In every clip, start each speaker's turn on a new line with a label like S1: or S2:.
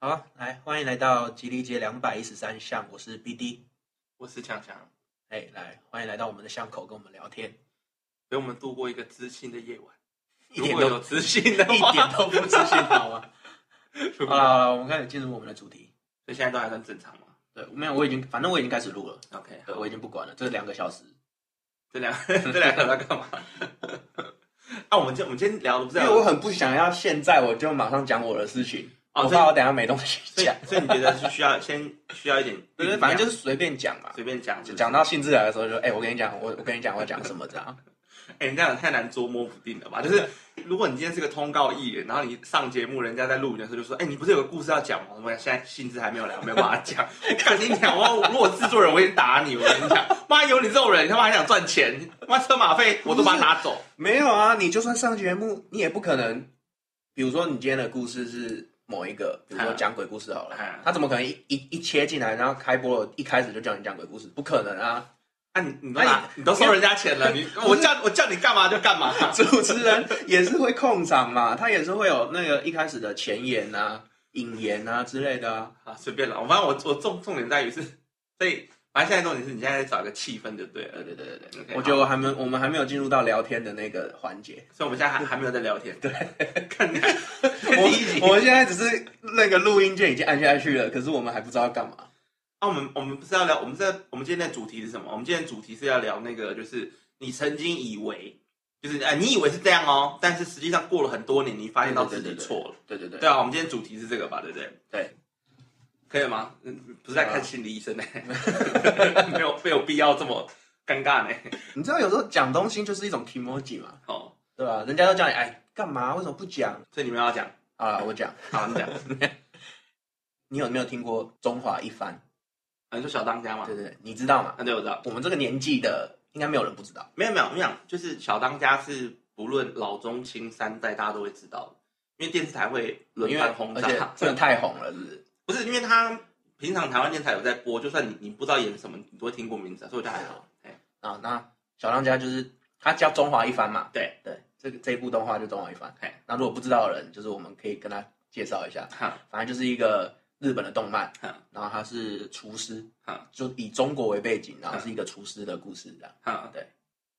S1: 啊来，欢迎来到吉利街两百一十三巷，我是 BD。
S2: 我是强强，
S1: 哎，来，欢迎来到我们的巷口跟我们聊天，
S2: 陪我们度过一个知性的夜晚。
S1: 一
S2: 如
S1: 点
S2: 果有
S1: 都
S2: 知性 的话，
S1: 一点都不自信，好 吗？好
S2: 如果
S1: 了好了，我们开始进入我们的主题。
S2: 所以现在都还算正常嘛。
S1: 对，没有，我已经，反正我已经开始录了，
S2: OK，
S1: 对，
S2: 好
S1: 我已经不管了，这两个小时。
S2: 这两这两个在干嘛？ 啊，我们今我们今天聊的不是
S1: 因为我很不想要现在我就马上讲我的事情，我
S2: 哦所以
S1: 怕我等一下没东西
S2: 所以
S1: 讲，
S2: 所以你觉得是需要先需要一点酝酿，
S1: 对对，反正就是随便讲嘛，
S2: 随便讲，是不是
S1: 讲到兴致来的时候就，哎，我跟你讲，我我跟你讲，我讲什么这样。
S2: 哎、你这样太难捉摸不定了吧？就是如果你今天是个通告艺人，然后你上节目，人家在录你的时候就说：“哎、你不是有个故事要讲吗？”我现在兴致还没有来，我没有办法讲。 看你讲，我如果是制作人，我先打你。我跟你讲，妈有你这种人，你他妈还想赚钱，妈车马费我都把它拿走。
S1: 没有啊，你就算上节目，你也不可能。比如说，你今天的故事是某一个，比如说
S2: 嗯
S1: 讲鬼故事好了，
S2: 嗯
S1: 他怎么可能一一一切进来，然后开播了一开始就叫你讲鬼故事？不可能啊！
S2: 啊，你你都拿、
S1: 哎
S2: 你都收人家钱了，你我叫我叫你干嘛就干嘛。
S1: 主持人也是会控场嘛，他也是会有那个一开始的前言啊、引言啊之类的啊。
S2: 啊，随便了。我反正我我重重点在于是，所以反正现在重点是你现在在找一个气氛就对了
S1: 对。对对对对
S2: OK，
S1: 我觉得我还没我们还没有进入到聊天的那个环 节。
S2: 所以我们现在还还没有在聊天。对， 看你
S1: 我
S2: 第一集
S1: 我们现在只是那个录音键已经按下去了，可是我们还不知道干嘛。
S2: 啊，我们我们不是要聊，我们在我们今天的主题是什么？我们今天的主题是要聊那个，就是你曾经以为，就是哎、你以为是这样哦，但是实际上过了很多年，你发现到自己错了。
S1: 对对对
S2: 对啊，我们今天主题是这个吧，对不对？
S1: 对，啊
S2: 可以吗？嗯，不是在看心理医生呢、 没有没有必要这么尴尬呢、
S1: 你知道有时候讲东西就是一种 emoji 嘛，
S2: 哦，
S1: 对吧？人家都叫你哎干嘛？为什么不讲？
S2: 所以你们要讲，
S1: 好了，我讲。
S2: 好，你讲，
S1: 你有没有听过中华一番？
S2: 啊你说小当家嘛
S1: 对？对对，你知道吗？
S2: 啊，对，我知道。
S1: 我们这个年纪的应该没有人不知道。
S2: 没有没有，我跟你讲，就是小当家是不论老中青三代，大家都会知道的，因为电视台会轮
S1: 因为
S2: 番轰
S1: 而且
S2: 炸。
S1: 真的太红了，是不是？
S2: 不是因为他平常台湾电视台有在播，就算你你不知道演什么，你都会听过名字啊，所以我觉得还好。哎，
S1: 啊，那小当家就是他叫中华一番嘛。
S2: 对
S1: 对，这个这一部动画就中华一番
S2: 嘿。
S1: 那如果不知道的人，就是我们可以跟他介绍一下，
S2: 哈，
S1: 反正就是一个日本的动漫
S2: 嗯，
S1: 然后他是厨师
S2: 嗯，
S1: 就以中国为背景，然后是一个厨师的故事这样。
S2: 哈，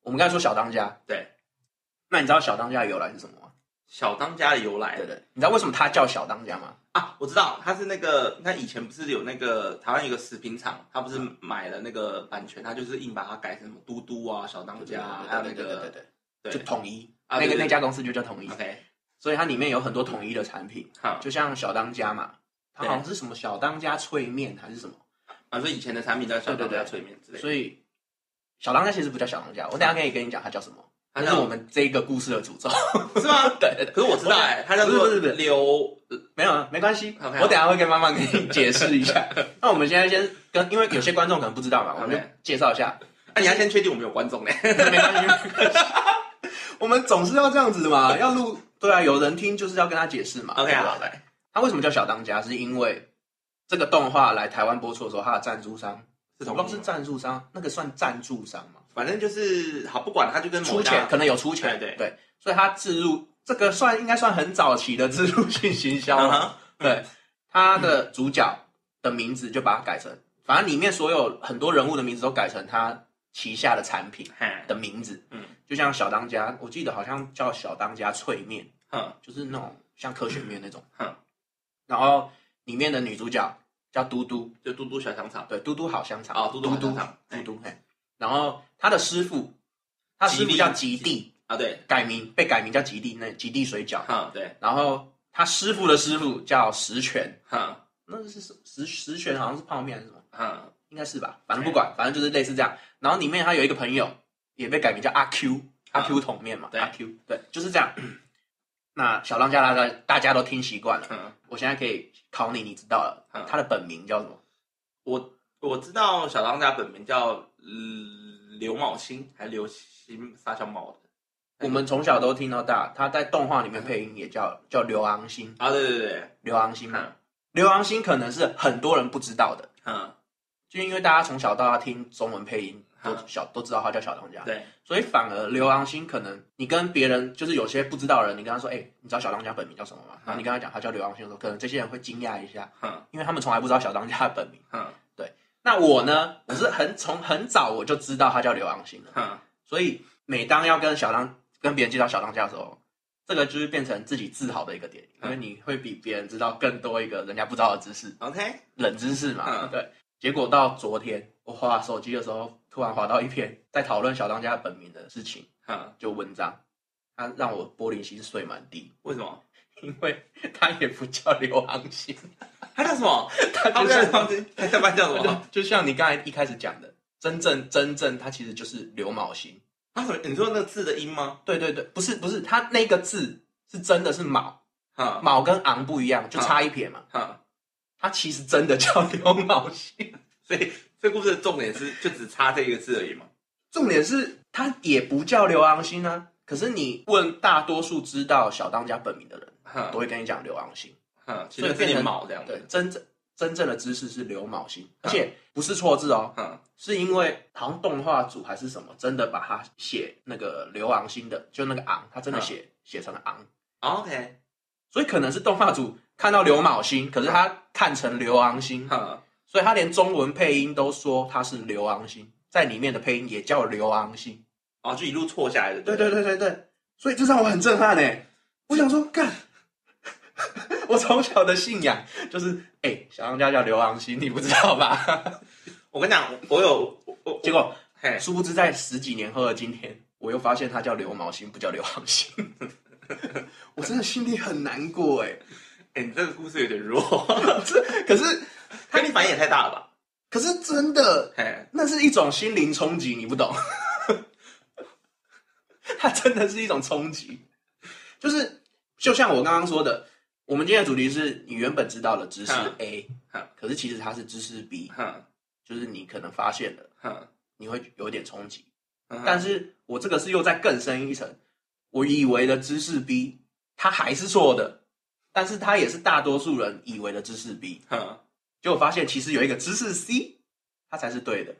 S1: 我们刚才说小当家，
S2: 对，
S1: 那你知道小当家的由来是什么吗？
S2: 小当家的由来
S1: 对对，你知道为什么他叫小当家吗？
S2: 啊，我知道，他是那个，他以前不是有那个台湾有个食品厂，他不是
S1: 嗯
S2: 买了那个版权，他就是硬把它改成什么嘟嘟啊、小当家啊，还有那
S1: 对对对
S2: 个
S1: 对对，
S2: 对
S1: 就统一，
S2: 啊
S1: 那个
S2: 对对啊
S1: 那家公司就叫统一，
S2: OK，
S1: 所以它里面有很多统一的产品，
S2: 好，
S1: 就像小当家嘛，它
S2: 啊对
S1: 好像是什么小当家脆面还是什么，
S2: 啊，所以以前的产品叫小当
S1: 对对
S2: 家
S1: 对
S2: 脆面之类的，
S1: 所以小当家其实不叫小当家，我等一下可以跟你讲它叫什么，它
S2: 它
S1: 是
S2: 叫
S1: 我们这一个故事的诅咒。
S2: 是吗？
S1: 对对对，
S2: 可是 我知道哎，他叫做
S1: 不是不是不是
S2: 刘
S1: 没有啊，没关系，我
S2: OK，好
S1: 等一下会跟妈妈跟你解释一 下。那我们现在先跟，因为有些观众可能不知道嘛，我们就
S2: OK
S1: 介绍一下。
S2: 那你要先确定我们有观众嘞。
S1: 没关系，没关系。 我们总是要这样子的嘛，要录对啊，有人听就是要跟他解释嘛。
S2: OK，
S1: 对吧
S2: 好，来，
S1: 他为什么叫小当家？是因为这个动画来台湾播出的时候，他的赞助商，
S2: 是
S1: 我
S2: 同
S1: 不知道
S2: 意
S1: 是
S2: 吗
S1: 赞助商，那个算赞助商吗？
S2: 反正就是好，不管他就跟某
S1: 出
S2: 家
S1: 钱可能有出钱，
S2: 对对
S1: 所以他置入这个算应该算很早期的置入性行销
S2: 嗯
S1: 嘛。
S2: 哼，
S1: 对，他的主角的名字就把它改成，反正里面所有很多人物的名字都改成他旗下的产品。
S2: 嘿
S1: 的名字，嗯
S2: 嗯，
S1: 就像小当家，我记得好像叫小当家脆面，
S2: 哼
S1: 就是那种像科学面那种，
S2: 哼，
S1: 然后里面的女主角叫嘟嘟，
S2: 就嘟嘟小香肠，
S1: 对，嘟嘟好香肠
S2: 哦嘟
S1: 嘟
S2: 嘟好
S1: 嘟
S2: 香肠
S1: 嘟
S2: 哎
S1: 嘟，嘿，然后她的师傅，她师傅
S2: 吉利
S1: 叫吉地，
S2: 啊对，
S1: 改名被改名叫吉地，那吉地水饺，
S2: 哼对，
S1: 然后她师傅的师傅叫石泉，
S2: 哼
S1: 那是什石石泉好像是泡面还是什么，
S2: 哼
S1: 应该是吧，反正不管，反正就是类似这样。然后里面他有一个朋友也被改名叫阿 Q，阿 Q 桶面嘛，
S2: 啊对
S1: 阿 Q 对，就是这样。那小当家大家大家都听习惯了，
S2: 哼，
S1: 我现在可以考你，你知道了
S2: 嗯，
S1: 他的本名叫什么？
S2: 我我知道小当家本名叫呃刘昴星，还刘星撒小毛的嗯
S1: 我们从小都听到大，他在动画里面配音也叫叫刘昂星，
S2: 啊对对对，
S1: 刘昂星嘛
S2: 嗯，
S1: 刘昂星可能是很多人不知道的，
S2: 哼
S1: 就因为大家从小到大听中文配音，都
S2: 嗯
S1: 小都知道他叫小当家，
S2: 对，
S1: 所以反而刘昂星可能你跟别人就是有些不知道的人，你跟他说，哎、你知道小当家本名叫什么吗？然后你跟他讲他叫刘昂星的时候，可能这些人会惊讶一下，
S2: 嗯
S1: 因为他们从来不知道小当家的本名。
S2: 嗯
S1: 那我呢，我是很从很早我就知道他叫刘昂星了，
S2: 嗯，
S1: 所以每当要跟小当跟别人介绍小当家的时候，这个就是变成自己自豪的一个点，因为你会比别人知道更多一个人家不知道的知识，
S2: ，OK，
S1: 冷知识嘛。
S2: 嗯
S1: 对。结果到昨天，我划手机的时候，突然划到一篇在讨论小当家本名的事情，
S2: 嗯，
S1: 就文章，他让我玻璃心碎满地，
S2: 为什么？
S1: 因为他也不叫刘昂星，
S2: 他叫什么？
S1: 他
S2: 他
S1: 就
S2: 不叫
S1: 是
S2: 什么？他他班叫什么？
S1: 就就像你刚才一开始讲的，真正真正他其实就是刘卯星。
S2: 他什么？你说那个字的音吗？
S1: 对对对，不是不是，他那个字是真的是卯，
S2: 嗯
S1: 卯跟昂不一样，就差一撇嘛。
S2: 嗯，
S1: 他其实真的叫刘卯星，
S2: 所以这故事的重点是就只差这一个字而已嘛。
S1: 重点是他也不叫刘昂星啊。可是你问大多数知道小当家本名的人，
S2: 哼
S1: 都会跟你讲刘昂星。
S2: 哼，其实自己毛这样
S1: 对
S2: 子。，
S1: 真正真正的知识是刘卯星，
S2: 嗯
S1: 而且不是错字哦，
S2: 哼
S1: 是因为好像动画组还是什么，真的把它写那个刘昂星的，就那个昂，他真的写、写成了昂，
S2: ，OK，
S1: 所以可能是动画组看到刘卯星，可是他看成刘昂星，
S2: 哼，
S1: 所以他连中文配音都说他是刘昂星，在里面的配音也叫刘昂星。
S2: 哦，就一路错下来的。
S1: 对对，对对对，所以这让我很震撼呢。我想说，干， 我从小的信仰就是，哎、小当家叫刘昂星，你不知道吧？
S2: 我跟你讲，我有我我
S1: 结果
S2: 嘿，
S1: 殊不知，在十几年后的今天，我又发现他叫刘毛星，不叫刘昂星。我真的心里很难过哎，
S2: 哎，你这个故事有点弱，
S1: 这可是
S2: 跟你反应也太大了吧？
S1: 可是真的，
S2: 嘿，
S1: 那是一种心灵冲击，你不懂。 它真的是一种冲击，就是就像我刚刚说的，我们今天的主题是你原本知道的知识
S2: 嗯
S1: A，
S2: 嗯
S1: 可是其实它是知识 B，
S2: 哼
S1: 就是你可能发现了，
S2: 哼，
S1: 你会有点冲击。
S2: 嗯
S1: 但是我这个是又再更深一层，我以为的知识 B，它还是错的，但是它也是大多数人以为的知识 B，
S2: 哼，
S1: 结果发现其实有一个知识 C，它才是对的。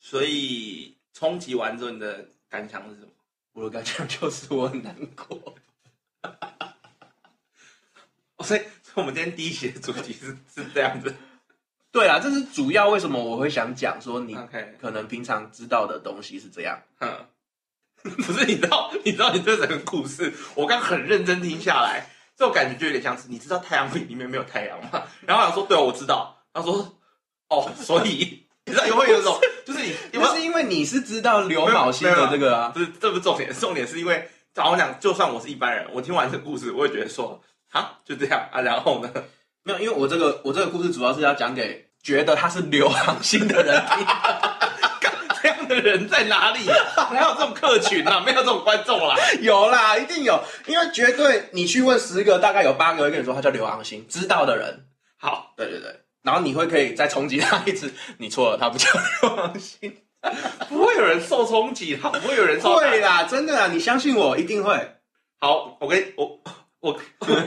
S2: 所以冲击完之后，你的感想是什么？
S1: 我的感觉 就是我很难过，
S2: 哦所以，所以我们今天第一节主题是是这样子。
S1: 对啦，这是主要为什么我会想讲说你
S2: OK，
S1: 可能平常知道的东西是这样，
S2: 哼， 不是，你知道，你知道你这整个故事，我刚很认真听下来，这种感觉就有点像是，你知道太阳饼里面没有太阳吗？ 然后我想说，对、哦，我知道。他说，哦，所以 你知道有会有一种，就是你，
S1: 也
S2: 有没有
S1: 是因为你是知道刘卯星的这个啊，
S2: 不是，这不是重点，重点是因为，好我讲，就算我是一般人，我听完这故事，我也觉得说，啊，就这样啊，然后呢，
S1: 没有，因为我这个我这个故事主要是要讲给觉得他是刘昂星的人听。
S2: 干这样的人在哪里、 啊？哪有这种客群啊？没有这种观众啦。
S1: 有啦，一定有，因为绝对你去问十个，大概有八个会跟你说他叫刘昂星，知道的人，
S2: 好，
S1: 对对对，然后你会可以再冲击他一次，你错了，他不 叫刘昂星，
S2: 不会有人受冲击啦，不会有人受打击
S1: 会啦，真的啦，你相信我，一定会，
S2: 好，我跟我我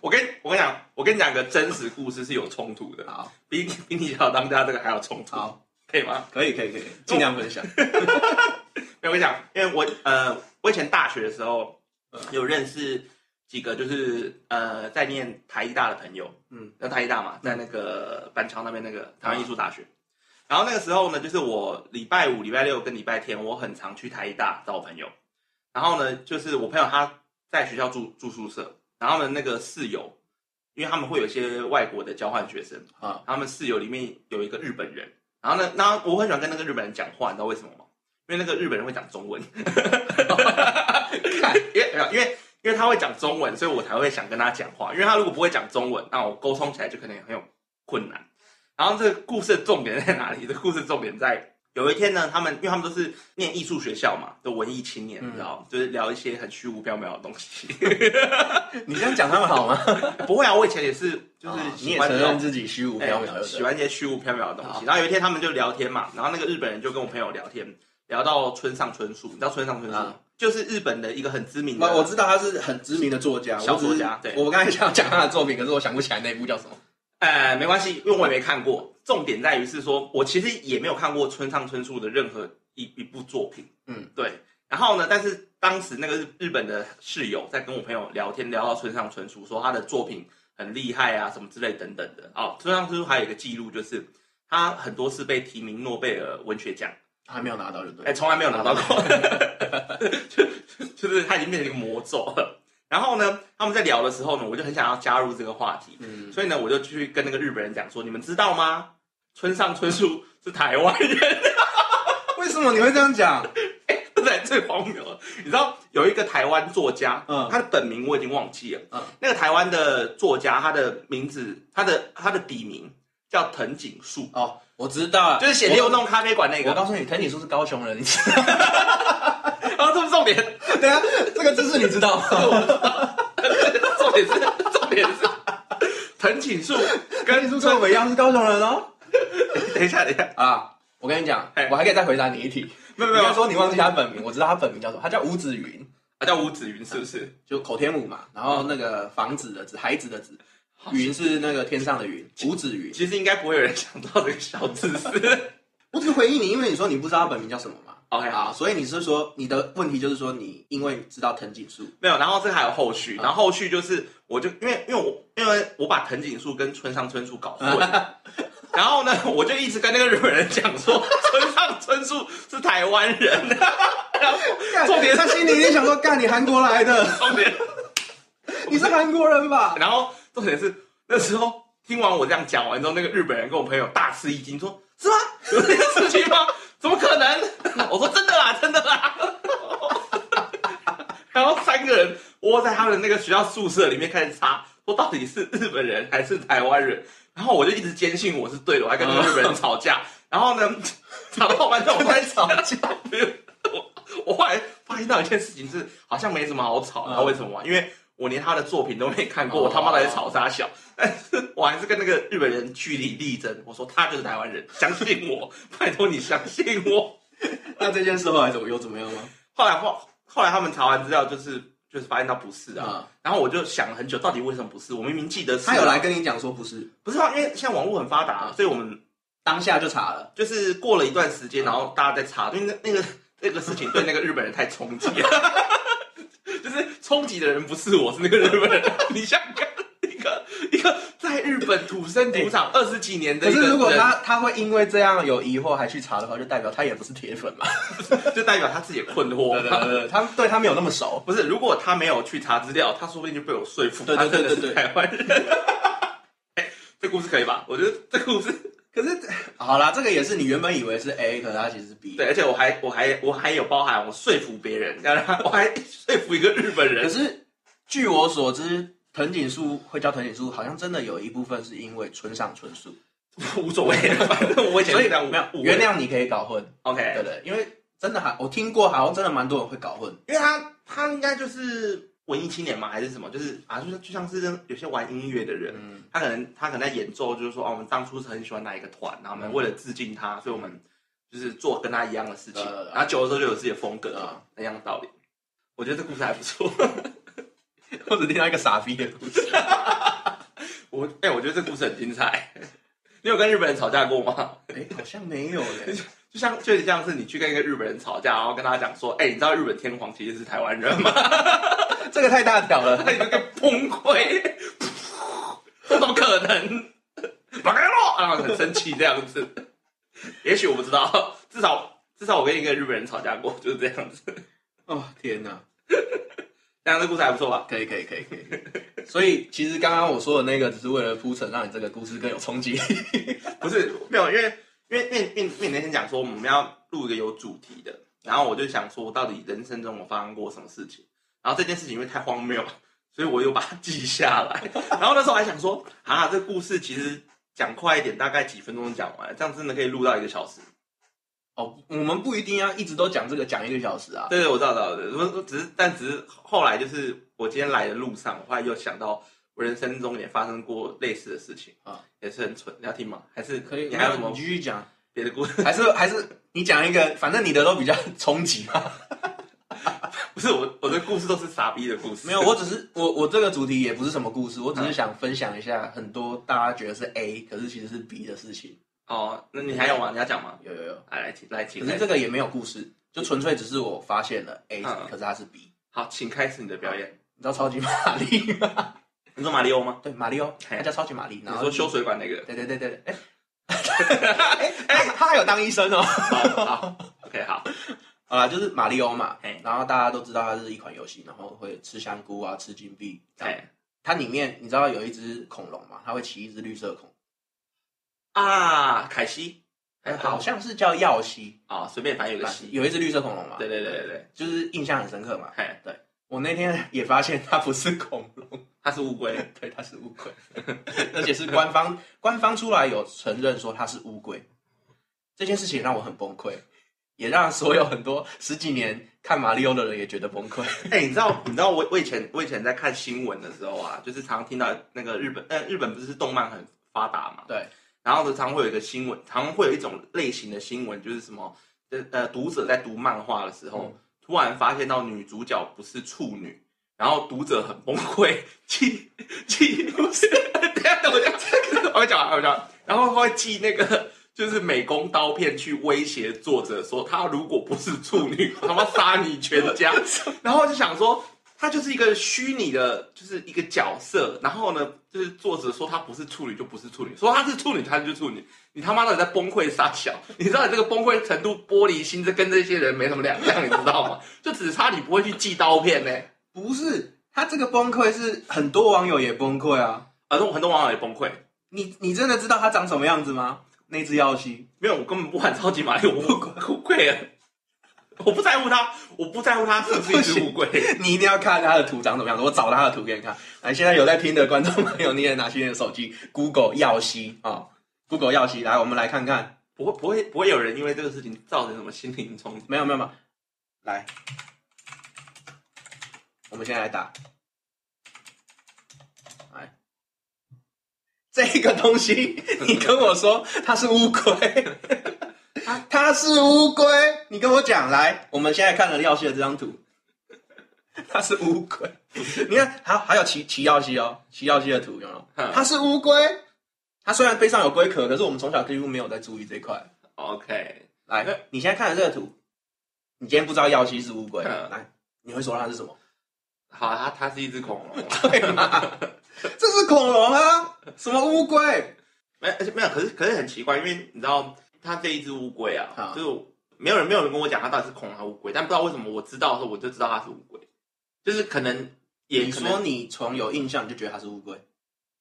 S2: 我跟我跟你讲，我跟你讲个真实故事是有冲突的，
S1: 好，
S2: 比比你小当家这个还要冲突，
S1: 好，
S2: 可以吗？
S1: 可以可以可以，尽量分 享，
S2: 没有，我跟你讲，因为我呃，我以前大学的时候呃
S1: 嗯
S2: 有认识几个就是呃在念台艺大的朋友，
S1: 嗯
S2: 那台艺大嘛，在那个板桥那边那个台湾艺术大学。然后那个时候呢，就是我礼拜五、礼拜六跟礼拜天，我很常去台艺大找我朋友。然后呢，就是我朋友他在学校住住宿舍，然后呢那个室友，因为他们会有一些外国的交换学生，
S1: 啊，
S2: 他们室友里面有一个日本人。然后呢，那我很喜欢跟那个日本人讲话，你知道为什么吗？因为那个日本人会讲中文，
S1: 看
S2: 因为因为因为他会讲中文，所以我才会想跟他讲话。因为他如果不会讲中文，那我沟通起来就可能很有困难。然后这个故事的重点在哪里？这个故事重点在有一天呢，他们因为他们都是念艺术学校嘛，就文艺青年，
S1: 嗯
S2: 你知道，就是聊一些很虚无缥缈的东西。
S1: 你这样讲他们好吗？
S2: 不会啊，我以前也是，就是
S1: 啊你
S2: 喜
S1: 也
S2: 欢
S1: 承
S2: 这
S1: 认
S2: 种
S1: 自己虚无缥缈，对
S2: 哎
S1: 不
S2: 喜
S1: 对？
S2: 欢一些虚无缥缈的东
S1: 好
S2: 西。然后有一天他们就聊天嘛，然后那个日本人就跟我朋友聊天，聊到村上春树，你知道村上春树吗？
S1: 啊
S2: 就是日本的一个很知名的，
S1: 我我知道他是很知名的作家，
S2: 小
S1: 我只是
S2: 作家对
S1: 我刚才想讲他的作品，可是我想不起来那一部叫什么。
S2: 呃，没关系，因为我也没看过。重点在于是说，我其实也没有看过村上春树的任何一一部作品。
S1: 嗯，
S2: 对。然后呢，但是当时那个日日本的室友在跟我朋友聊天，聊到村上春树，说他的作品很厉害啊，什么之类等等的。哦，村上春树还有一个记录，就是他很多次被提名诺贝尔文学奖，
S1: 还没有拿到就对
S2: 哎，
S1: 了。
S2: 从来没有拿到过， 就就是他已经变成一个魔咒了。然后呢，他们在聊的时候呢，我就很想要加入这个话题，
S1: 嗯，
S2: 所以呢，我就去跟那个日本人讲说，你们知道吗？村上春树是台湾人，
S1: 为什么你会这样讲？
S2: 这才最荒谬了。你知道有一个台湾作家，
S1: 嗯
S2: 他的本名我已经忘记了，
S1: 嗯
S2: 那个台湾的作家，他的名字，他的他的笔名叫藤井树，
S1: 哦，我知道了，
S2: 就是写
S1: 我
S2: 六弄咖啡馆那
S1: 我
S2: 个。
S1: 告诉你，藤井树是高雄人。你 知
S2: 然后哦这不是重点，
S1: 等一下这个知识你知道吗？
S2: 重点是重点是 藤井树
S1: 藤井
S2: 跟
S1: 树 跟我们一样是高雄人哦。
S2: 等一下等一下，
S1: 啊，我跟你讲
S2: 哎，
S1: 我还可以再回答你一题。
S2: 没有
S1: 你
S2: 没有，
S1: 刚说你忘记他本名，我知道他本名叫什么，他叫吴子云，
S2: 他啊叫吴子云是不是？
S1: 就口天吴嘛。然后那个房子的子，孩子的子，云是那个天上的云，吴子云。
S2: 其实应该不会有人想到这个小知识。
S1: 我只是回应你，因为你说你不知道他本名叫什么嘛。
S2: OK，好
S1: 啊，所以你是说你的问题就是说你因为知道藤井 树，
S2: 没有，然后这还有后续，然后后续就是我就因为因为我因为我把藤井树跟村上春树搞混， 然后呢，我就一直跟那个日本人讲说 村上春树是台湾人， 然后重点
S1: 他心里一定想说，干你韩国来的，
S2: 重点，
S1: 你是韩国人吧？
S2: 然后重点是那时候听完我这样讲完之后，那个日本人跟我朋友大吃一惊，说是吗？ 有这件事情吗？怎么可能？ 我说真的啦，真的啦。 然后三个人窝在他们那个学校宿舍里面开始查，说到底是日本人还是台湾人。然后我就一直坚信我是对的，我还跟那个日本人吵架。然后呢， 吵到完之后，我
S1: 在
S2: 在
S1: 吵架，
S2: 没有， 我我后来发现到一件事情是，好像没什么好吵，
S1: 嗯
S2: 你知道为什么吗？因为我连他的作品都没看过，
S1: 哦
S2: 我他妈的在吵啥小？但是我还是跟那个日本人据理力争，我说他就是台湾人，相信我，拜托你相信我。
S1: 那这件事后来怎么又怎么样吗？
S2: 后来后后来他们查完资料，就是就是发现他不是啊。
S1: 啊，
S2: 然后我就想了很久，到底为什么不是？我明明记得是啊
S1: 他有来，跟你讲说不是，
S2: 不是啊？因为现在网络很发达、
S1: 嗯
S2: 所以我们
S1: 当下就查了。
S2: 就是过了一段时
S1: 嗯
S2: 间，然后大家在查，因为那那个那个事 情对那个日本人太冲击了， 就是冲击的人不是我，是那个日 本人。你想看一个一个在日本土生土长二十几年的
S1: 哎可
S2: 一个
S1: 是
S2: 人，
S1: 如果他他会因为这样有疑惑还去查的话，就代表他也不是铁粉嘛。
S2: 就代表他自己的困惑。
S1: 对，他对他没有那么熟。
S2: 不是，如果他没有去查资料，他说不定就被我说服，
S1: 对对对
S2: 他真的
S1: 对
S2: 是
S1: 对
S2: 台湾人。 哎这故事可以吧？我觉得这故事
S1: 可是好啦，这个也是你原本以为是 A，可是他其实是 B。
S2: 对，而且我还我还我还有包含我说服别人，要让他我还说服一个日本人
S1: 可。是据我所知，藤井树会叫藤井树，好像真的有一部分是因为村上春树，
S2: 无所谓，反正我以前
S1: 所
S2: 是
S1: 以
S2: 这样误
S1: 没有
S2: 误
S1: 原
S2: 会。
S1: 谅你可以搞混，对
S2: OK，
S1: 对，因为真的还我听过，好像真的蛮多人会搞混。
S2: 因为他他应该就是文艺青年嘛，还是什么？就是啊，就是就像是有些玩音乐的人，
S1: 嗯，
S2: 他可能他可能在演奏，就是说哦，我们当初是很喜欢哪一个团，然后我们为了致敬他，所以我们就是做跟他一样的事
S1: 对
S2: 情
S1: 对，对
S2: 然后久了之后就有自己的风格
S1: 对
S2: 嘛
S1: 啊，
S2: 那样的道理。我觉得这故事还不错，
S1: 我只听到一个傻逼的故事，
S2: 我哎、我觉得这故事很精彩。你有跟日本人吵架过吗？
S1: 哎，好像没有嘞。
S2: 就像就像是你去跟一个日本人吵架，然后跟他讲说，哎、你知道日本天皇其实是台湾人吗？
S1: 这个太大条 了。
S2: 那你就个崩溃， 这怎么可能？马开洛，然后很生气这样子。也许我不知道，至少至少我跟一个日本人吵架过，就是这样子。
S1: 哦，天哪！
S2: 这样的故事还不错吧？
S1: 可以可以可以可以。所以其实刚刚我说的那个，只是为了铺陈，让你这个故事更有冲击力。
S2: 不是没有，因为因为因为因为因为你那天讲说我们要录一个有主题的，然后我就想说，到底人生中我发生过什么事情？然后这件事情因为太荒谬了，所以我又把它记下来。然后那时候还想说，啊，这故事其实讲快一点，大概几分钟就讲完了，这样真的可以录到一个小时。
S1: 哦，我们不一定要一直都讲这个讲一个小时啊。
S2: 对对，我知道，知道的。我我只是，但只是后来就是我今天来的路上，我后来又想到我人生中也发生过类似的事情
S1: 啊，
S2: 也是很蠢。你要听吗？还是
S1: 可以，
S2: 你还有什么
S1: 你继续讲，
S2: 别的故事？
S1: 还是还是你讲一个，反正你的都比较冲击嘛。
S2: 不是我我的故事都是傻逼的故 事，
S1: 没有，我只是我我这个主题也不是什么故事，我只是想分享一下很多大家觉得是 A，可是其实是 B 的事情。
S2: 哦，那你还有吗？你要讲吗？
S1: 有有有，
S2: 来来请来请
S1: 可是
S2: 开
S1: 这
S2: 始，
S1: 个也没有故事，就纯粹只是我发现了 A，
S2: 嗯
S1: 可是它是 B。
S2: 好，请开始你的表演。
S1: 你知道超级玛丽吗？
S2: 你说马里奥吗？
S1: 对，马里奥，他
S2: 嘿
S1: 叫超级玛丽。
S2: 你
S1: 然后
S2: 说修水管那个？
S1: 对对对对，哎、哎 哎，他还有当医生哦。
S2: 好好，OK，好，
S1: 好啦，就是马里奥嘛
S2: 嘿，
S1: 然后大家都知道它是一款游戏，然后会吃香菇啊，吃金币。这样
S2: 哎
S1: 它里面你知道有一只恐龙嘛？它会骑一只绿色恐
S2: 啊，凯西，哎，
S1: 龙，好
S2: 好
S1: 像是叫耀西，
S2: 啊，随便反正有个西，
S1: 有一只绿色恐龙嘛。
S2: 对对对对对，
S1: 就是印象很深刻嘛。
S2: 哎，
S1: 我那天也发现它不是恐龙，
S2: 它是乌龟，
S1: 对，它是乌龟，而且是官方官方出来有承认说它是乌龟，这件事情让我很崩溃，也让所有很多十几年看马里奥的人也觉得崩溃。
S2: 哎、你知道，你知道我我以前我以前在看新闻的时候啊，就是常听到那个日本，呃，日本不是动漫很发达嘛，
S1: 对，
S2: 然后呢，常会有一个新闻，常会有一种类型的新闻，就是什么，呃呃，读者在读漫画的时候，
S1: 嗯
S2: 突然发现到女主角不是处女，然后读者很崩溃，气气，不是，等一下等我讲，我讲完，我讲完，然后会寄那个。就是美工刀片去威胁作者说，他如果不是处女，我他妈杀你全家。然后我就想说，他就是一个虚拟的，就是一个角色。然后呢，就是作者说他不是处女就不是处女，说他是处女他就处女。你他妈到底在崩溃撒小？你知哦道你这个崩溃程度，玻璃心，这跟这些人没什么两样，你知道吗？ 就只差你不会去寄刀片呢、
S1: 不是，他这个崩溃是很多网友也崩溃啊。
S2: 很多很多网友也崩溃。
S1: 你你真的知道它长什么样子吗？那只耀西，
S2: 没有，我根本不玩超级玛丽，我不不贵啊，我不在乎它，我不在乎它是不是一只乌龟。
S1: 你一定要看它的图长什么样子。我找它的图给你看。来，现在有在听的观众朋友，你也拿起你的手机，Google 耀西啊、哦、，Google 耀西，来，我们来看看。
S2: 不会不会不会有人因为这个事情造成什么心灵冲击。
S1: 没有没有没有，来，我们先来打，来，这个东西，你跟我说它是乌龟，它它是乌龟，你跟我讲，来，我们现在看了耀西的这张图，它是乌龟，你看，还有还有齐齐耀西哦，齐耀西的图有没有？
S2: 嗯
S1: 它是乌龟，它虽然背上有龟壳，可是我们从小几乎没有在注意这一块。
S2: OK，那
S1: 来，你现在看的这个图，你今天不知道耀西是乌龟，
S2: 嗯
S1: 来，你会说它是什么？
S2: 好，它它是一只恐龙啊。
S1: 对吗？ 这是恐龙啊，什么乌龟？
S2: 没，而且没有，可是可是很奇怪，因为你知道，它这一只乌龟啊
S1: 啊，
S2: 就是没有人没有人跟我讲它到底是恐龙还是乌龟，但不知道为什么我知道的时候我就知道它是乌龟，就是可能也
S1: 你
S2: 可
S1: 说
S2: 能，
S1: 你从有印象你就觉得它是乌龟，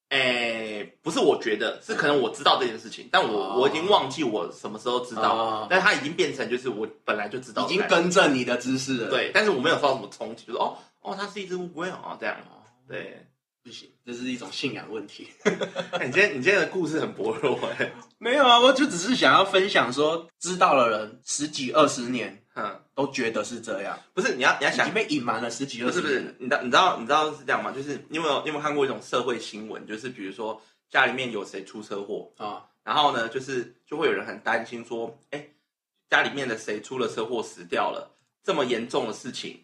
S2: 哎、不是我觉得，是可能我知道这件事情，但我、
S1: 哦
S2: 我已经忘记我什么时候知道，
S1: 哦
S2: 但它已经变成就是我本来就知道
S1: 已
S2: 的
S1: 经
S2: 感觉，
S1: 更正你的知识了。，
S2: 对，但是我没有受到什么冲击，就是哦哦，它是一只乌龟哦，这样，对，
S1: 不行，这是一种信仰问题。
S2: 哎你今天你今天的故事很薄弱哎、
S1: 没有啊，我就只是想要分享说，知道的人十几二十年
S2: 嗯，
S1: 都觉得是这样，
S2: 不是你要你要
S1: 已
S2: 想
S1: 经被隐瞒了十几
S2: 不
S1: 二
S2: 是
S1: 十
S2: 不
S1: 年了。
S2: 是，你知道你知道你知道是这样吗？就是你有没有你有没有看过一种社会新闻？就是比如说家里面有谁出车祸，
S1: 啊，
S2: 然后呢，就是就会有人很担心说，哎，家里面的谁出了车祸死掉了，这么严重的事情，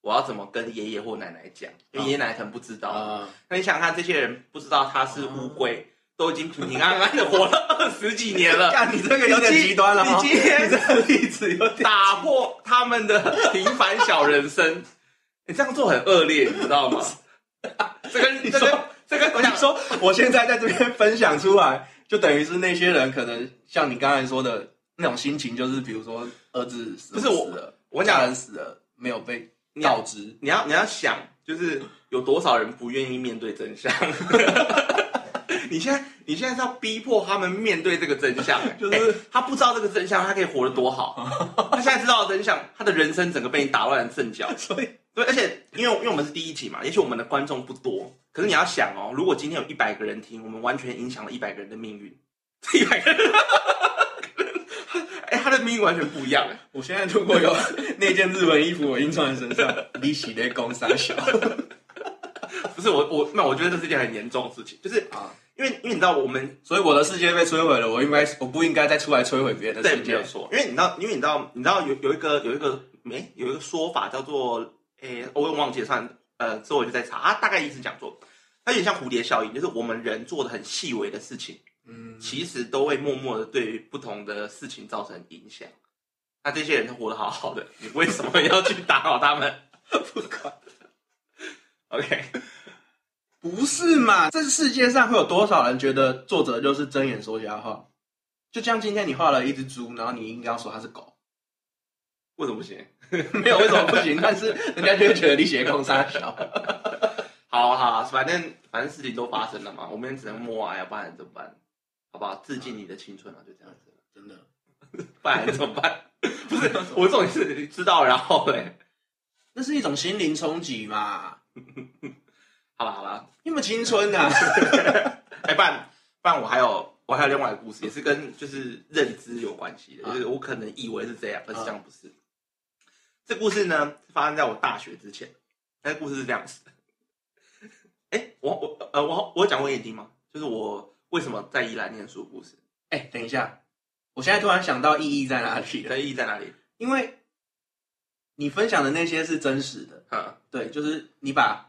S2: 我要怎么跟爷爷或奶奶讲？因为
S1: 啊
S2: 爷爷奶奶可能不知道。
S1: 啊，
S2: 那你想想看，这些人不知道他是乌龟，都已经平平安安的活了二十几年了。
S1: 干你这个有点极端了
S2: 你
S1: 哈，
S2: 今 天
S1: 你这个例子有点
S2: 打破他们的平凡小人 生。你这样做很恶劣，你知道 吗？这跟
S1: 你
S2: 这
S1: 说
S2: 跟这跟
S1: 我
S2: 我
S1: 想
S2: 想
S1: 说，我现在在这边分享出来，就等于是那些人可能像你刚才说的那种心情，就是比如说儿子死
S2: 不是我
S1: 死了，
S2: 我
S1: 家
S2: 讲
S1: 人死了没有被
S2: 你
S1: 告 知，
S2: 你要你要想，就是有多少人不愿意面对真相？ 你现在你现在是要逼迫他们面对这个真相、
S1: 就是
S2: 哎他不知道这个真相，他可以活得多好。 他现在知道真相，他的人生整个被你打乱了阵脚。
S1: 所以
S2: 对，而且因为因为我们是第一集嘛，也许我们的观众不多，可是你要想哦，如果今天有一百个人听，我们完全影响了一百个人的命运，一百个人，哎、他的命运完全不一样。
S1: 我现在如果有那件日文衣服，我已经穿在身上，你洗的公三 小
S2: 啊不是我我那我觉得这是一件很严重的事情，就是
S1: 啊，
S2: 因为因为你知道我们
S1: 所以我的世界被摧毁了，我应该我不应该再出来摧毁别人的
S2: 对
S1: 世
S2: 没有
S1: 界？
S2: 错，因为你知道因为你知道你知道有有一个有一个没、有一个说法叫做诶、我也忘记了算，呃，之后我就在查，啊，大概意思讲说，它有点像蝴蝶效应，就是我们人做的很细微的事情，
S1: 嗯，
S2: 其实都会默默的对不同的事情造成影响。那这些人都活得好好的，你为什么要去打扰他们
S1: 不管，
S2: ？OK，
S1: 不是嘛？这世界上会有多少人觉得作者就是睁眼说瞎话？就像今天你画了一只猪，然后你硬要说它是狗，
S2: 为什么不行？
S1: 没有为什么不行？但是人家就会觉得你写空杀小。
S2: 好好，反正反正事情都发生了嘛，我们也只能默哀啊，不然怎么办？好不好？致敬你的青春啊，就这样子，
S1: 真的，
S2: 不然怎么办？ 不是， 我这种是知道，然后嘞，
S1: 那是一种心灵冲击嘛？
S2: 好啦好啦，
S1: 你们青春啊呐、
S2: 哎，不然不然我还有我还有另外一个故事，也是跟就是认知有关系的，
S1: 啊
S2: 就是我可能以为是这样，但是
S1: 啊
S2: 这样不是。这故事呢，是发生在我大学之前。那故事是这样子的，哎，我我呃我我有讲过给你听吗？就是我为什么在宜兰念书的故事，
S1: 哎、等一下，我现在突然想到意义在哪里了，
S2: 的意义在哪里？
S1: 因为你分享的那些是真实的，
S2: 嗯，
S1: 对，就是你把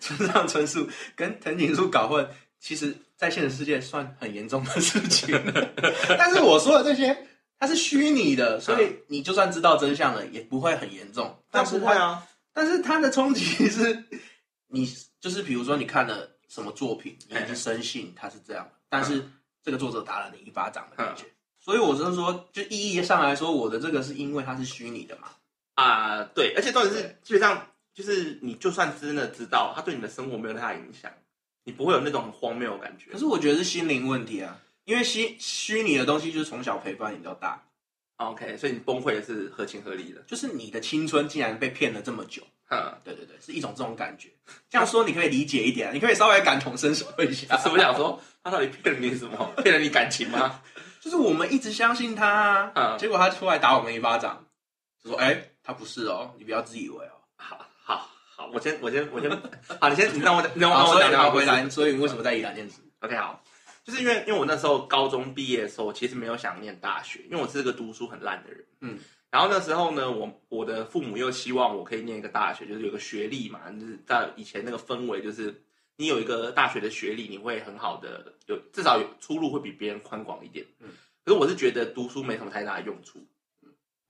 S1: 村上春树跟藤井树搞混，其实在现实世界算很严重的事情了。 但是我说的这些，它是虚拟的，所以你就算知道真相了，也不会很严重。
S2: 那
S1: 但是
S2: 不
S1: 它
S2: 会啊，
S1: 但是它的冲击是，你就是比如说你看了什么作品，你已经深信它是这样的，但是这个作者打了你一巴掌的感觉。所以我是说，就意义上来说，我的这个是因为它是虚拟的嘛，
S2: 啊、对，而且重点是
S1: 对，
S2: 基本上就是你就算真的知道，它对你的生活没有太大影响，你不会有那种很荒谬的感觉
S1: 可。是我觉得是心灵问题啊，因为虚虚拟的东西就是从小陪伴你到大，
S2: OK，所以你崩溃也是合情合理的。
S1: 就是你的青春竟然被骗了这么久。
S2: 哼，
S1: 对对对，是一种这种感觉。这样说你可以理解一点啊，你可以稍微感同身受一下。
S2: 什啊么想说他到底骗了你什么？骗了你感情吗？
S1: 就是我们一直相信他、啊，
S2: 嗯
S1: 结果他出来打我们一巴掌，就说：“哎、他不是哦，你不要自以为哦。
S2: 好好好，我先我先我先，好，你先你让我你”让
S1: 好，
S2: 我
S1: 所以
S2: 让我
S1: 他
S2: 讲
S1: 回
S2: 回
S1: 来，所以你为什么在宜兰念书？
S2: OK，好，就是因为因为我那时候高中毕业的时候，其实没有想念大学，因为我是个读书很烂的人。
S1: 嗯，
S2: 然后那时候呢，我我的父母又希望我可以念一个大学，就是有个学历嘛，就是在以前那个氛围，就是你有一个大学的学历，你会很好的有至少有出路会比别人宽广一点。
S1: 嗯，
S2: 可是我是觉得读书没什么太大的用处。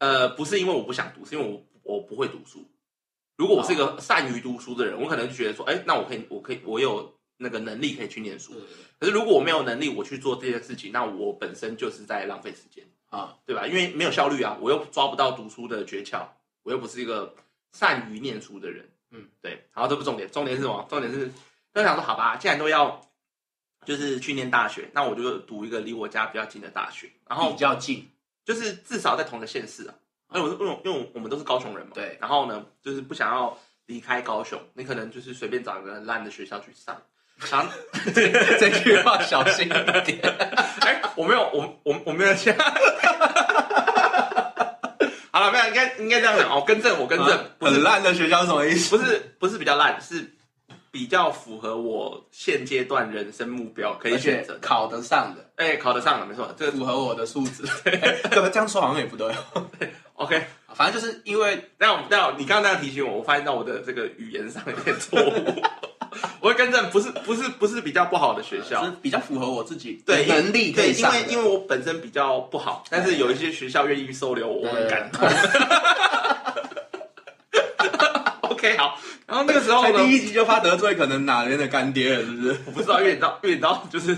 S2: 呃，不是因为我不想读，是因为我我不会读书。如果我是一
S1: 哦
S2: 个善于读书的人，我可能就觉得说，哎，那我可以，我可以，我有那个能力可以去念书。可是如果我没有能力，我去做这件事情，那我本身就是在浪费时间，
S1: 啊，
S2: 对吧？因为没有效率啊，我又抓不到读书的诀窍，我又不是一个善于念书的人，
S1: 嗯，
S2: 对。然后这不重点，重点是什么？重点是，那想说好吧，既然都要就是去念大学，那我就读一个离我家比较近的大学，然后
S1: 比较近，
S2: 就是至少在同一个县市啊。因为我是因为我因为我们都是高雄人嘛，
S1: 对
S2: 然后呢，就是不想要离开高雄，你可能就是随便找一个很烂的学校去上，然后
S1: 这句话小心一 点。
S2: 哎，我没有，我我我没有 想。好了，没有，应该应该这样讲哦。更正，我更正，不是
S1: 很烂的学校是什么意 思？
S2: 不是不是比较烂，是比较符合我现阶段人生目标可以
S1: 而且
S2: 选择的。
S1: 考得上的，
S2: 哎、考得上了，没错，这个
S1: 符合我的素质。怎么这样说好像也不 对哦？
S2: OK。
S1: 反正就是因为
S2: 那我那我你刚刚那样提醒我，我发现到我的这个语言上有点错 误。我会更正，不是不是不是比较不好的学校
S1: 是，比较符合我自己
S2: 对因
S1: 能力可
S2: 对，
S1: 以
S2: 因
S1: 上的
S2: 为因为我本身比较不好，但是有一些学校愿意收留我，我很感动。OK，好。然后那个时候
S1: 才第
S2: 呢，
S1: 一集就怕得罪可能哪边的干爹了，是不是？
S2: 我不知道，因为你知道，因为你知道，就是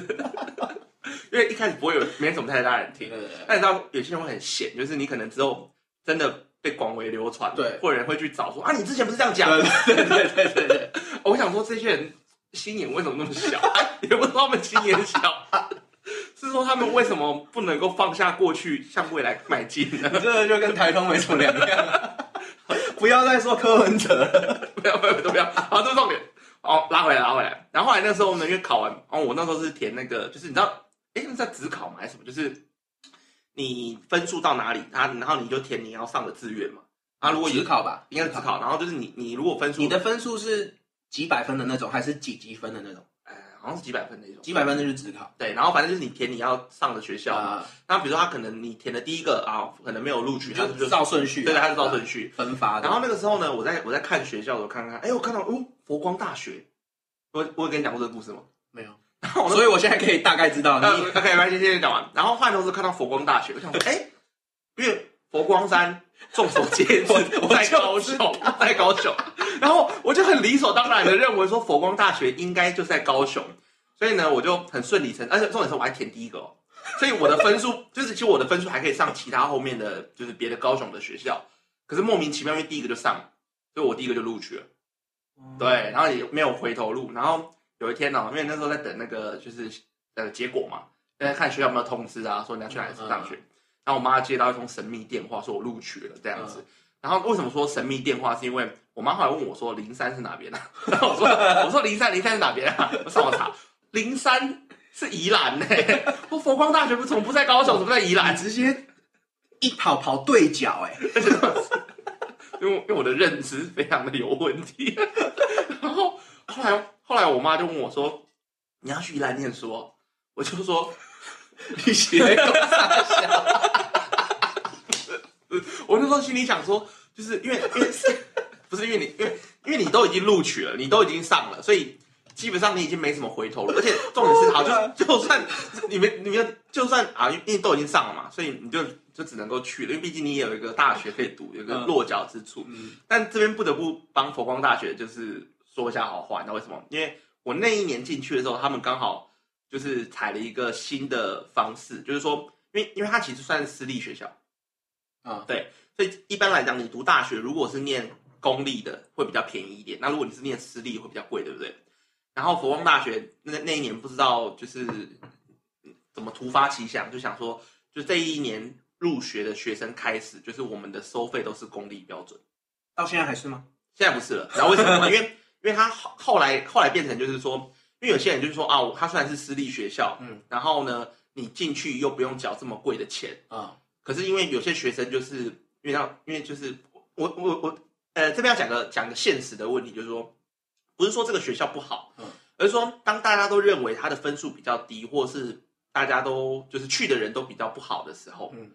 S2: 因为一开始不会有没什么太大人听，但你知道有些人会很闲，就是你可能之后真的被广为流传，
S1: 对
S2: 或者人会去找说啊，你之前不是这样讲？哦
S1: 对对对对对对。
S2: 我想说这些人心眼为什么那么小？哎也不知道他们心眼小， 是说他们为什么不能够放下过去，向未来迈进呢？
S1: 你这个就跟台通没什么两样。不要再说柯文哲了，
S2: 不要不要不要，好，这是重点。哦，拉回来，拉回来。然后后来那时候呢，因为考完，哦，我那时候是填那个，就是你知道，哎，那是在职考嘛还是什么？就是你分数到哪里，他然后你就填你要上的志愿嘛。啊，如果
S1: 只
S2: 有
S1: 考吧，
S2: 应该是职考，然后就是你你如果分数
S1: 你的分数是几百分的那种，还是几级分的那种？
S2: 呃好像是几百分那种。
S1: 几百分那就是职考
S2: 对，然后反正就是你填你要上的学校，
S1: 啊，
S2: 那比如说他可能你填的第一个啊，可能没有录取，他
S1: 就
S2: 就
S1: 照顺序啊，
S2: 对，他就照顺序。
S1: 分发的。
S2: 然后那个时候呢，我在我在看学校的时候，看看，哎，我看到哦，佛光大学，我我有跟你讲过这个故事吗？
S1: 没有，
S2: 然后我
S1: 所以我现在可以大概知道
S2: 呃
S1: 你
S2: ，OK，来，先先讲完。然后换头是看到佛光大学，我想说，哎，因为佛光山众所皆知
S1: 我我，
S2: 在
S1: 就
S2: 高雄，在高雄。然后我就很理所当然的认为说，佛光大学应该就在高雄，所以呢，我就很顺理成，而且重点是我还填第一个、哦，所以我的分数就是，其实我的分数还可以上其他后面的就是别的高雄的学校，可是莫名其妙，因为第一个就上了，所以我第一个就录取了。对，，然后也没有回头路。然后有一天呢、因为那时候在等那个就是呃结果嘛，在看学校有没有通知啊，说你要去哪里上学。然后我妈接到一通神秘电话，说我录取了这样子。然后为什么说神秘电话？是因为我妈后来问我说零三是哪边啊？ 然后我说我说零三零三是哪边啊？我上网查，零三是宜兰呢、 我佛光大学不怎么不在高雄，怎么在宜兰
S1: 你？啊直接一跑跑对角 哎、欸，
S2: 因为因为我的认知非常的有问题。 然后后来后来我妈就问我说：“你要去宜兰念书哦？”我就说
S1: 你写的够傻笑，：“
S2: 我那时候心里想说，就是因为因为 不是因为你因为因为你都已经录取了，你都已经上了，所以。”基本上你已经没什么回头了，而且重点是，好就就算你们你们就算啊，因为都已经上了嘛，所以你就就只能够去了，因为毕竟你也有一个大学可以读，有一个
S1: 嗯
S2: 落脚之处。
S1: 嗯，
S2: 但这边不得不帮佛光大学就是说一下好话，你知道为什么？因为我那一年进去的时候，他们刚好就是采了一个新的方式，就是说，因为因为它其实算是私立学校，
S1: 啊
S2: 对，所以一般来讲，你读大学如果是念公立的会比较便宜一点，那如果你是念私立会比较贵，对不对？然后佛光大学那那一年不知道就是怎么突发奇想，就想说，就这一年入学的学生开始，就是我们的收费都是公立标准。
S1: 到现在还是吗？
S2: 现在不是了。然后为什么？因为因为他后后来后来变成就是说，因为有些人就是说啊，我他虽然是私立学校，
S1: 嗯
S2: 然后呢，你进去又不用缴这么贵的钱，
S1: 啊，
S2: 可是因为有些学生就是因为要因为就是我我我呃这边要讲个讲个现实的问题，就是说不是说这个学校不好，
S1: 嗯
S2: 而是说当大家都认为他的分数比较低，或是大家都就是去的人都比较不好的时候，
S1: 嗯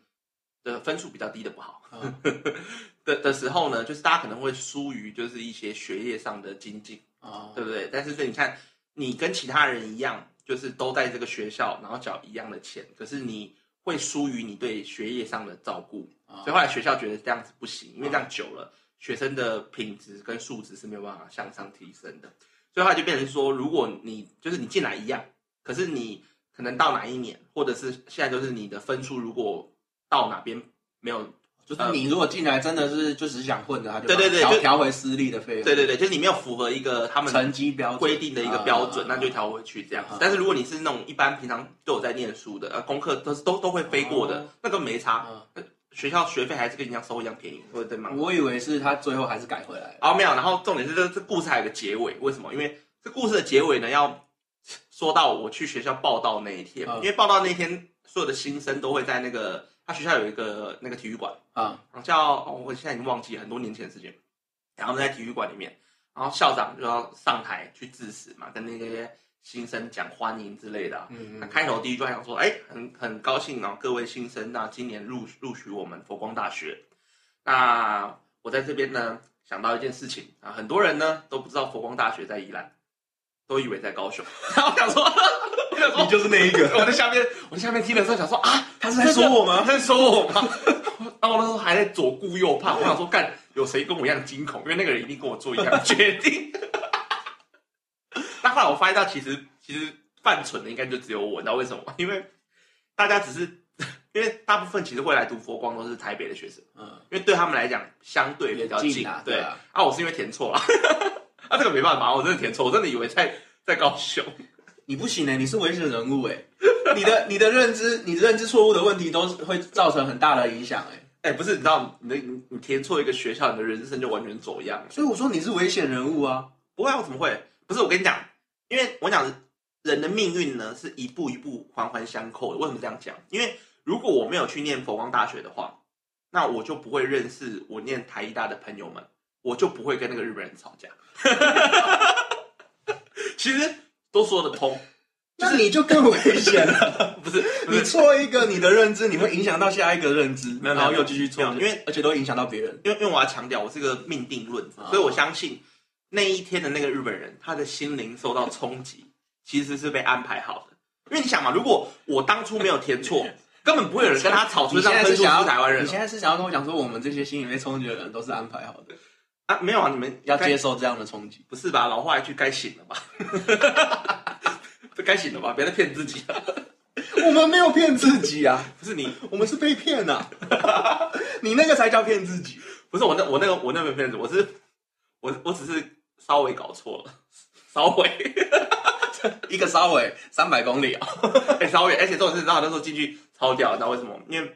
S2: 的分数比较低的不好，
S1: 啊
S2: 的的时候呢，就是大家可能会疏于就是一些学业上的精进，
S1: 啊，
S2: 对不对？但是对你看，你跟其他人一样，就是都在这个学校，然后缴一样的钱，可是你会疏于你对学业上的照顾，
S1: 啊
S2: 所以后来学校觉得这样子不行，因为这样久了，学生的品质跟素质是没有办法向上提升的，所以后来就变成说，如果你就是你进来一样，可是你可能到哪一年，或者是现在就是你的分数如果到哪边没有
S1: 就是你如果进来真的是就只是想混的，他就
S2: 呃对对对
S1: 调
S2: 就
S1: 调回私立的费用，
S2: 对对对，就是你没有符合一个他们
S1: 成绩标
S2: 规
S1: 准
S2: 定的一个标准，
S1: 啊
S2: 那就调回去这样子
S1: 啊。
S2: 但是如果你是那种一般平常都有在念书的，呃，功课都是都都会飞过的
S1: 哦，
S2: 那个没差，
S1: 啊，
S2: 学校学费还是跟你一样收一样便宜，或者对吗？
S1: 我以为是他最后还是改回来了，
S2: 然后没有，然后重点是这这故事还有个结尾，为什么？因为这故事的结尾呢，要说到我去学校报道那一天，
S1: 嗯
S2: 因为报道那一天所有的新生都会在那个他学校有一个那个体育馆。
S1: 啊
S2: 然后叫、哦我现在已经忘记很多年前的事情，然后他们在体育馆里面，然后校长就要上台去致辞嘛，跟那些新生讲欢迎之类的啊、
S1: 嗯
S2: 那
S1: 嗯
S2: 开头第一句话想说，哎，很很高兴啊、各位新生啊，今年录录取我们佛光大学。那我在这边呢，想到一件事情啊，很多人呢都不知道佛光大学在宜兰，都以为在高雄。 然后我想说，我想说，
S1: 就是那一个，
S2: 我在下面，我在下面听的时候想说啊，
S1: 他是在说我
S2: 他
S1: 吗？
S2: 在说我吗？然后我那时候还在左顾右盼，我想说，干有谁跟我一样惊恐？因为那个人一定跟我做一样的决定。 但后来我发现到，其实其实犯蠢的应该就只有我，你知道为什么吗？因为大家只是 因为大部分其实会来读佛光都是台北的学生，
S1: 嗯，
S2: 因为对他们来讲相对比
S1: 也
S2: 较
S1: 近
S2: 近。
S1: 啊，
S2: 对
S1: 啊，
S2: 啊，我 是因为填错了，啊，这个没办法，我真的填错，我真的以为在在高雄。
S1: 你不行哎，你是危险人物哎，你的 你的认知，你认知错误的问题都是会造成很大的影响哎，
S2: 哎、不是，你知道，你的你你填错一个学校，你的人生就完全走样了。
S1: 所以我说你是危险人物啊，
S2: 不会啊，我怎么会？不是我跟你讲，因为我讲人的命运呢是一步一步环环相扣的。为什么这样讲？因为如果我没有去念佛光大学的话，那我就不会认识我念台医大的朋友 们，我就不会跟那个日本人吵架。其实都说得通，
S1: 那你就更危险了。
S2: 不是不
S1: 你
S2: 是
S1: 错一个你的认知，你会影响到下一个认知，
S2: 没有没有
S1: 然后又继续错
S2: 没有，因为
S1: 而且都会影响到别人。
S2: 因为因为我要强调，我是个命定论，
S1: 啊
S2: 所以我相信那一天的那个日本人，他的心灵受到冲击，其实是被安排好的。因为你想嘛，如果我当初没有填错，根本不会有人跟他吵出
S1: 你
S2: 一张
S1: 现在
S2: 分
S1: 是
S2: 数是
S1: 想要
S2: 台湾人
S1: 你
S2: 哦
S1: 现在是想要跟我讲说，我们这些心里被冲击的人都是安排好的，
S2: 啊！没有啊，你们
S1: 要接
S2: 该
S1: 受这样的冲击。
S2: 不是吧？老话一句，该醒了吧？ 这该醒了吧？别再骗自己了。
S1: 我们没有骗自己啊，
S2: 不是你，
S1: 我们是被骗 啊。你那个才叫骗自己。
S2: 不是我那我那个我那没有骗子，我是我我只是稍微搞错了，稍微。
S1: 一个稍微三百公里啊，
S2: 哎、超远，而且重点是，你知道那时候进去超屌，你知道为什么？因为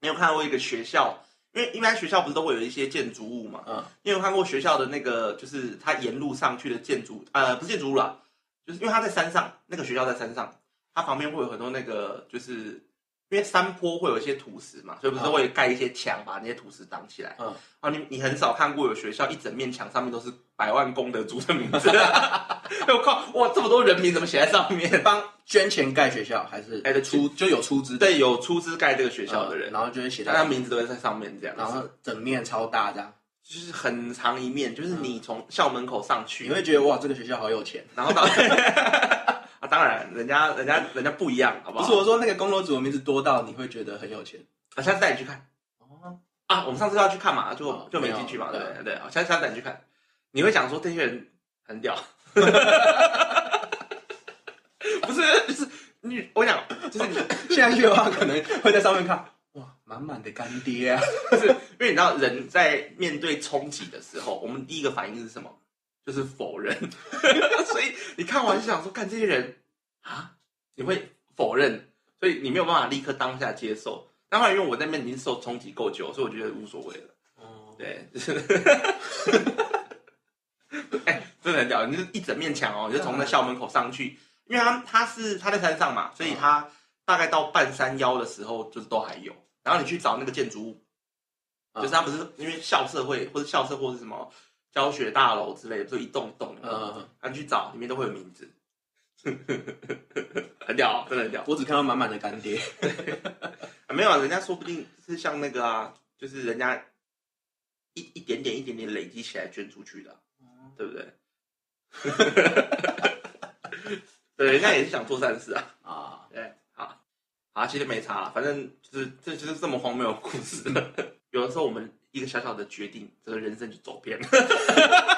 S2: 你有看过一个学校，因为一般学校不是都会有一些建筑物嘛？
S1: 嗯
S2: 你有看过学校的那个，就是它沿路上去的建筑，呃，不是建筑物啦，就是因为它在山上，那个学校在山上，它旁边会有很多那个，就是因为山坡会有一些土石嘛，所以不是
S1: 嗯
S2: 会盖一些墙把那些土石挡起来。
S1: 嗯，
S2: 啊，你你很少看过有学校一整面墙上面都是百万功德猪的名 字，我靠，哇，这么多人名怎么写在上面？
S1: 帮捐钱盖学校还是
S2: 哎对
S1: 出就有出资
S2: 对，有出资盖这个学
S1: 学
S2: 校的人，
S1: 然后就会写
S2: 大
S1: 在
S2: 家，名字都会在上面这样，
S1: 嗯然后整面超大这样，
S2: 就是很长一面，就是你从校门口上去，
S1: 你会觉得哇，这个学校好有钱。
S2: 然后到 啊，当然人家人家人家不一样，好不
S1: 不
S2: 好？
S1: 是我说那个工楼组的名字多到你会觉得很有钱。
S2: 我下次带你去看
S1: 哦，
S2: 啊，我们上次要去看嘛，就
S1: 哦
S2: 就没进去嘛，
S1: 没
S2: 对
S1: 有
S2: 不对对，好下次下次带你去看，你会想说这些人 很屌， 不是 就是你我讲就是你
S1: 现在去的话，可能会在上面看，哇，满满的干爹啊！
S2: 就是因为你知道人在面对冲击的时候，我们第一个反应是什么？就是否认。 所以你看完就想说，看这些人啊，你会否认，所以你没有办法立刻当下接受。但后来因为我在那边已经受冲击够久，所以我觉得无所谓了。
S1: 哦，
S2: 对， 就是哎、真的很屌！你就是一整面墙
S1: 啊
S2: 哦，你就从那校门口上去，因为它它是它在山上
S1: 嗯
S2: 嘛，所以它大概到半山腰的时候，就是都还有。然后你去找那个建筑物，
S1: 嗯
S2: 就是它不是因为校社会或者校社或是什么教学大楼之类的，就一栋一栋的，
S1: 嗯嗯
S2: 然后你去找里面都会有名字， 很屌哦，真的很屌
S1: 嗯。我只看到满满的干爹。
S2: 啊，没有啊，人家说不定是像那个啊，就是人家一一点点一点点累积起来捐出去的啊、对不对？ 对，人家也是想做善事啊。
S1: 啊，
S2: 对，好，啊，其实没差了，反正就是这就是这么荒谬的故事。 有的时候我们一个小小的决定，这个人生就走偏了。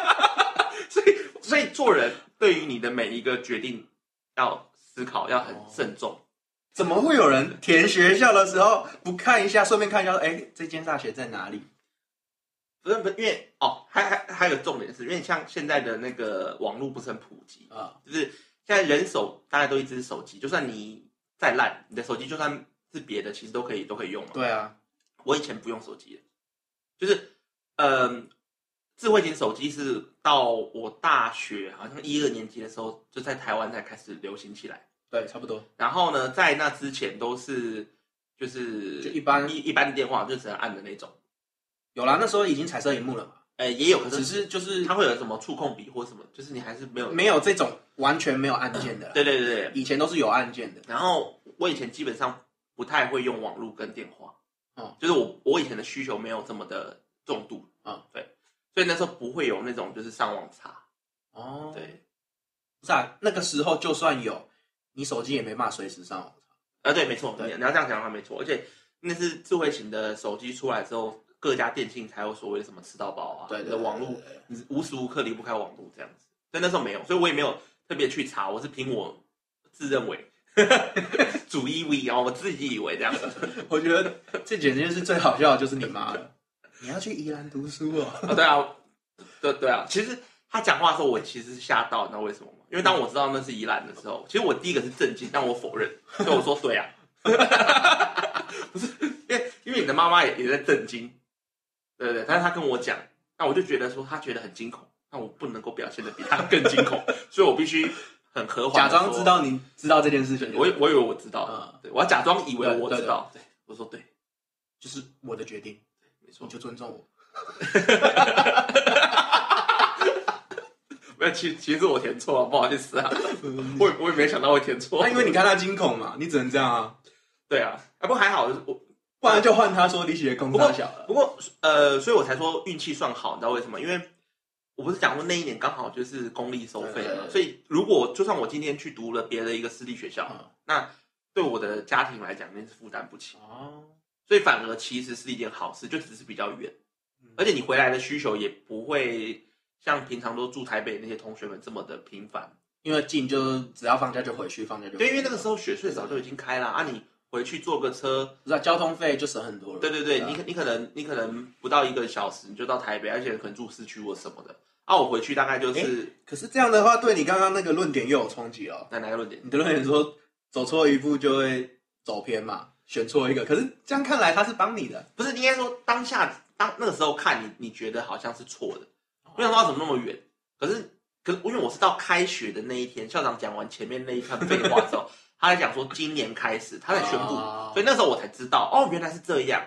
S2: 所以，所以做人对于你的每一个决定要思考，要很慎重。
S1: 怎么会有人填学校的时候不看一下，顺便看一下说，哎、这间大学在哪里？
S2: 不是不是，因为哦，还还还有个重点是，因为像现在的那个网络不是很普及，
S1: 啊，
S2: 就是现在人手大家都一只手机，就算你再烂，你的手机就算是别的，其实都可以都可以用嘛。
S1: 对啊，
S2: 我以前不用手机的，就是嗯、智慧型手机是到我大学好像一二年级的时候，就在台湾才开始流行起来。
S1: 对，差不多。
S2: 然后呢，在那之前都是就是
S1: 就一般
S2: 一一般的电话，就只能按的那种。
S1: 有啦，那时候已经彩色荧幕了嘛，
S2: 呃，也有，可
S1: 只
S2: 是
S1: 是就是
S2: 它会有什么触控笔或什么，就是你还是没有。
S1: 没有这种完全没有按键的啦。
S2: 对对对对。
S1: 以前都是有按键的。
S2: 然后我以前基本上不太会用网络跟电话，
S1: 哦
S2: 就是我我以前的需求没有这么的重度，
S1: 哦
S2: 对，所以那时候不会有那种就是上网查，
S1: 哦对，
S2: 对，
S1: 不是啊，那个时候就算有，你手机也没办法随时上网。
S2: 啊对，没错，
S1: 对
S2: 你你要这样讲的话没错，而且那是智慧型的手机出来之后，各家电信才有所谓的什么吃到饱啊，
S1: 对
S2: 你
S1: 对
S2: 的网络你无时无刻离不开网络这样子，所以那时候没有，所以我也没有特别去查，我是凭我自认为 主义 V 啊，我自己以为这样子。
S1: 我觉得这简直是最好笑的，就是你妈了。你要去宜兰读书哦。
S2: 啊，对啊，对对啊，其实他讲话的时候，我其实是吓到，你知道为什么吗？因为当我知道那是宜兰的时候，其实我第一个是震惊，但我否认，所以我说对啊， 不是，因为因为你的妈妈也也在震惊，对对，但是她跟我讲，那我就觉得说她觉得很惊恐，那我不能够表现的比她更惊 恐，所以我必须很和缓，
S1: 假装知，道 你知道这件事情，
S2: 我以我以为我知道，
S1: 嗯
S2: 对我要假装以为我知道，对我说对，
S1: 就是我的决定，
S2: 没错
S1: 你，就尊重我。
S2: 没有，其其实我填错了，不好意思啊，我也我也没想到会填 错
S1: 那、。因为你看他惊恐嘛，你只能这样啊，
S2: 对啊，啊不过还好，我
S1: 不然就换他说李雪的功
S2: 不过
S1: 大小了。
S2: 不过呃，所以我才说运气算好，你知道为什么？因为我不是讲过那一年刚好就是公立收费
S1: 对对
S2: 嘛，
S1: 对
S2: 所以如果就算我今天去读了别的一个私立学校，
S1: 嗯
S2: 那对我的家庭来讲，那是负担不起。
S1: 哦，
S2: 所以反而其实是一件好事，就只是比较远，
S1: 嗯
S2: 而且你回来的需求也不会像平常都住台北那些同学们这么的频繁。
S1: 因为进就只要放假就回去，放假就回去
S2: 对，因为那个时候雪隧早就已经开了啊，你回去坐个车，
S1: 不知道啊交通费就省很多了。
S2: 对对对，
S1: 啊
S2: 你可你可能你可能不到一个小时你就到台北，而且可能住市区或什么的。啊，我回去大概就是
S1: 可是这样的话，对你刚刚那个论点又有冲击了。
S2: 在哪个论点？
S1: 你的论点说走错一步就会走偏嘛，选错一个。可是这样看来，他是帮你的。
S2: 不是应该说当下当那个时候看你，你觉得好像是错的，
S1: 哦
S2: 没想到怎么那么远。可是可是因为我是到开学的那一天，校长讲完前面那一串废话 之后，他在讲说今年开始，他在宣布，
S1: 哦嗯啊
S2: 所以那时候我才知道哦，原来是这样，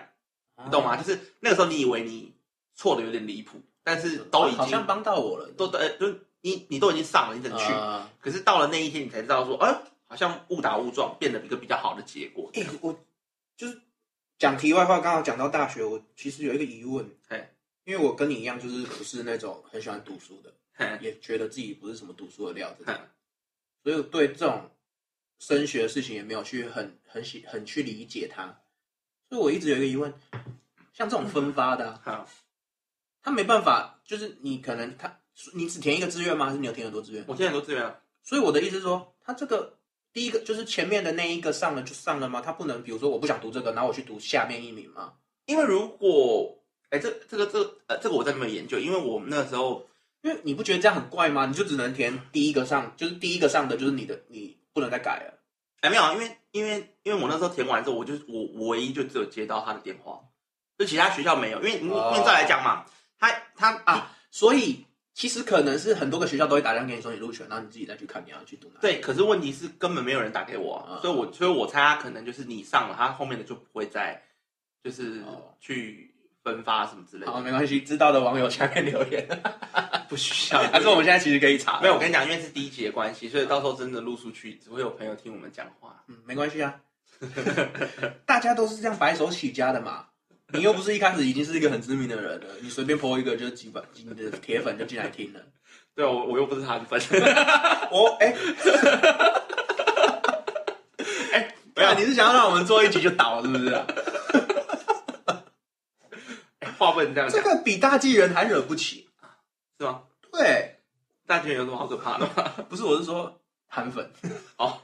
S2: 你懂吗？？就是那个时候你以为你错的有点离谱，但是都已
S1: 好
S2: 经
S1: 像帮到我了，
S2: 都都呃就是你你都已经上了，你怎么去？
S1: 啊
S2: 可是到了那一天，你才知道说，哎、好像误打误撞变得一个比较好的结果。
S1: 哎、我就是讲题外话，刚好讲到大学，我其实有一个疑问，
S2: 嘿
S1: 因为我跟你一样，就是不是那种很喜欢读书的，
S2: 嘿
S1: 也觉得自己不是什么读书的料子
S2: 嘿，
S1: 所以我对这种升学的事情也没有去很很喜很去理解它，所以我一直有一个疑问，像这种分发的、啊，
S2: 好，
S1: 他没办法，就是你可能他你只填一个志愿吗？还是你有填很多志愿？
S2: 我现在很多资源了。
S1: 所以我的意思是说，他这个第一个就是前面的那一个上了就上了吗？他不能比如说我不想读这个，然后我去读下面一名吗？
S2: 因为如果哎，这这个这个呃，这个我真的没有研究，因为我们那时候
S1: 因为你不觉得这样很怪吗？你就只能填第一个上，就是第一个上的就是你的，你不能再改了。
S2: 哎没有啊，因为因为因为我那时候填完之后，我就我我唯一就只有接到他的电话，就其他学校没有，因为因为
S1: 哦
S2: 因为再来讲嘛，他他啊
S1: 啊所以其实可能是很多个学校都会打电话给你说你入选，然后你自己再去看你要去读哪。，
S2: 对，可是问题是根本没有人打给我啊、
S1: 嗯
S2: 所以我所以我猜他可能就是你上了，他后面的就不会再就是
S1: 哦
S2: 去分发什么之类的，
S1: 好，没关系，知道的网友下面留言，
S2: 不需要。
S1: 还是我们现在其实可以查。
S2: 没有，我跟你讲，因为是第一集的关系，所以到时候真的录出去，只会有朋友听我们讲话。
S1: 嗯，没关系啊， 大家都是这样白手起家的嘛。你又不是一开始已经是一个很知名的人了，你随便 PO 一个就几百你的铁粉就进来听了。
S2: 对啊，我我又不是他的粉。
S1: 哦，哎、
S2: 哎，不
S1: 没有，
S2: 要
S1: 你是想要让我们做一集就倒是不是、啊？
S2: 话不能这样
S1: 这
S2: 讲，
S1: 个比大纪元还惹不起。
S2: 是吗？
S1: 对，
S2: 大巨人有什么好可怕的 吗？
S1: 不是，我是说韩 粉。
S2: 哦，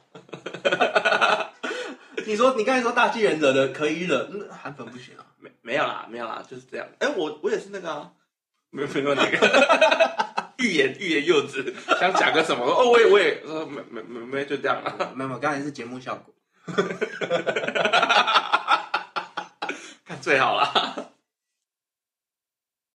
S1: 你说你刚才说大纪元惹的可以惹，嗯，韩粉不行啊。
S2: 没没有啦，没有啦，就是这样。哎，我我也是那个啊，没有没有 那个，欲言欲言又止，想讲个什么？哦，我也我也呃，没没没没，就这样了。
S1: 没有，没有，刚才是节目效果。
S2: 看最好啦。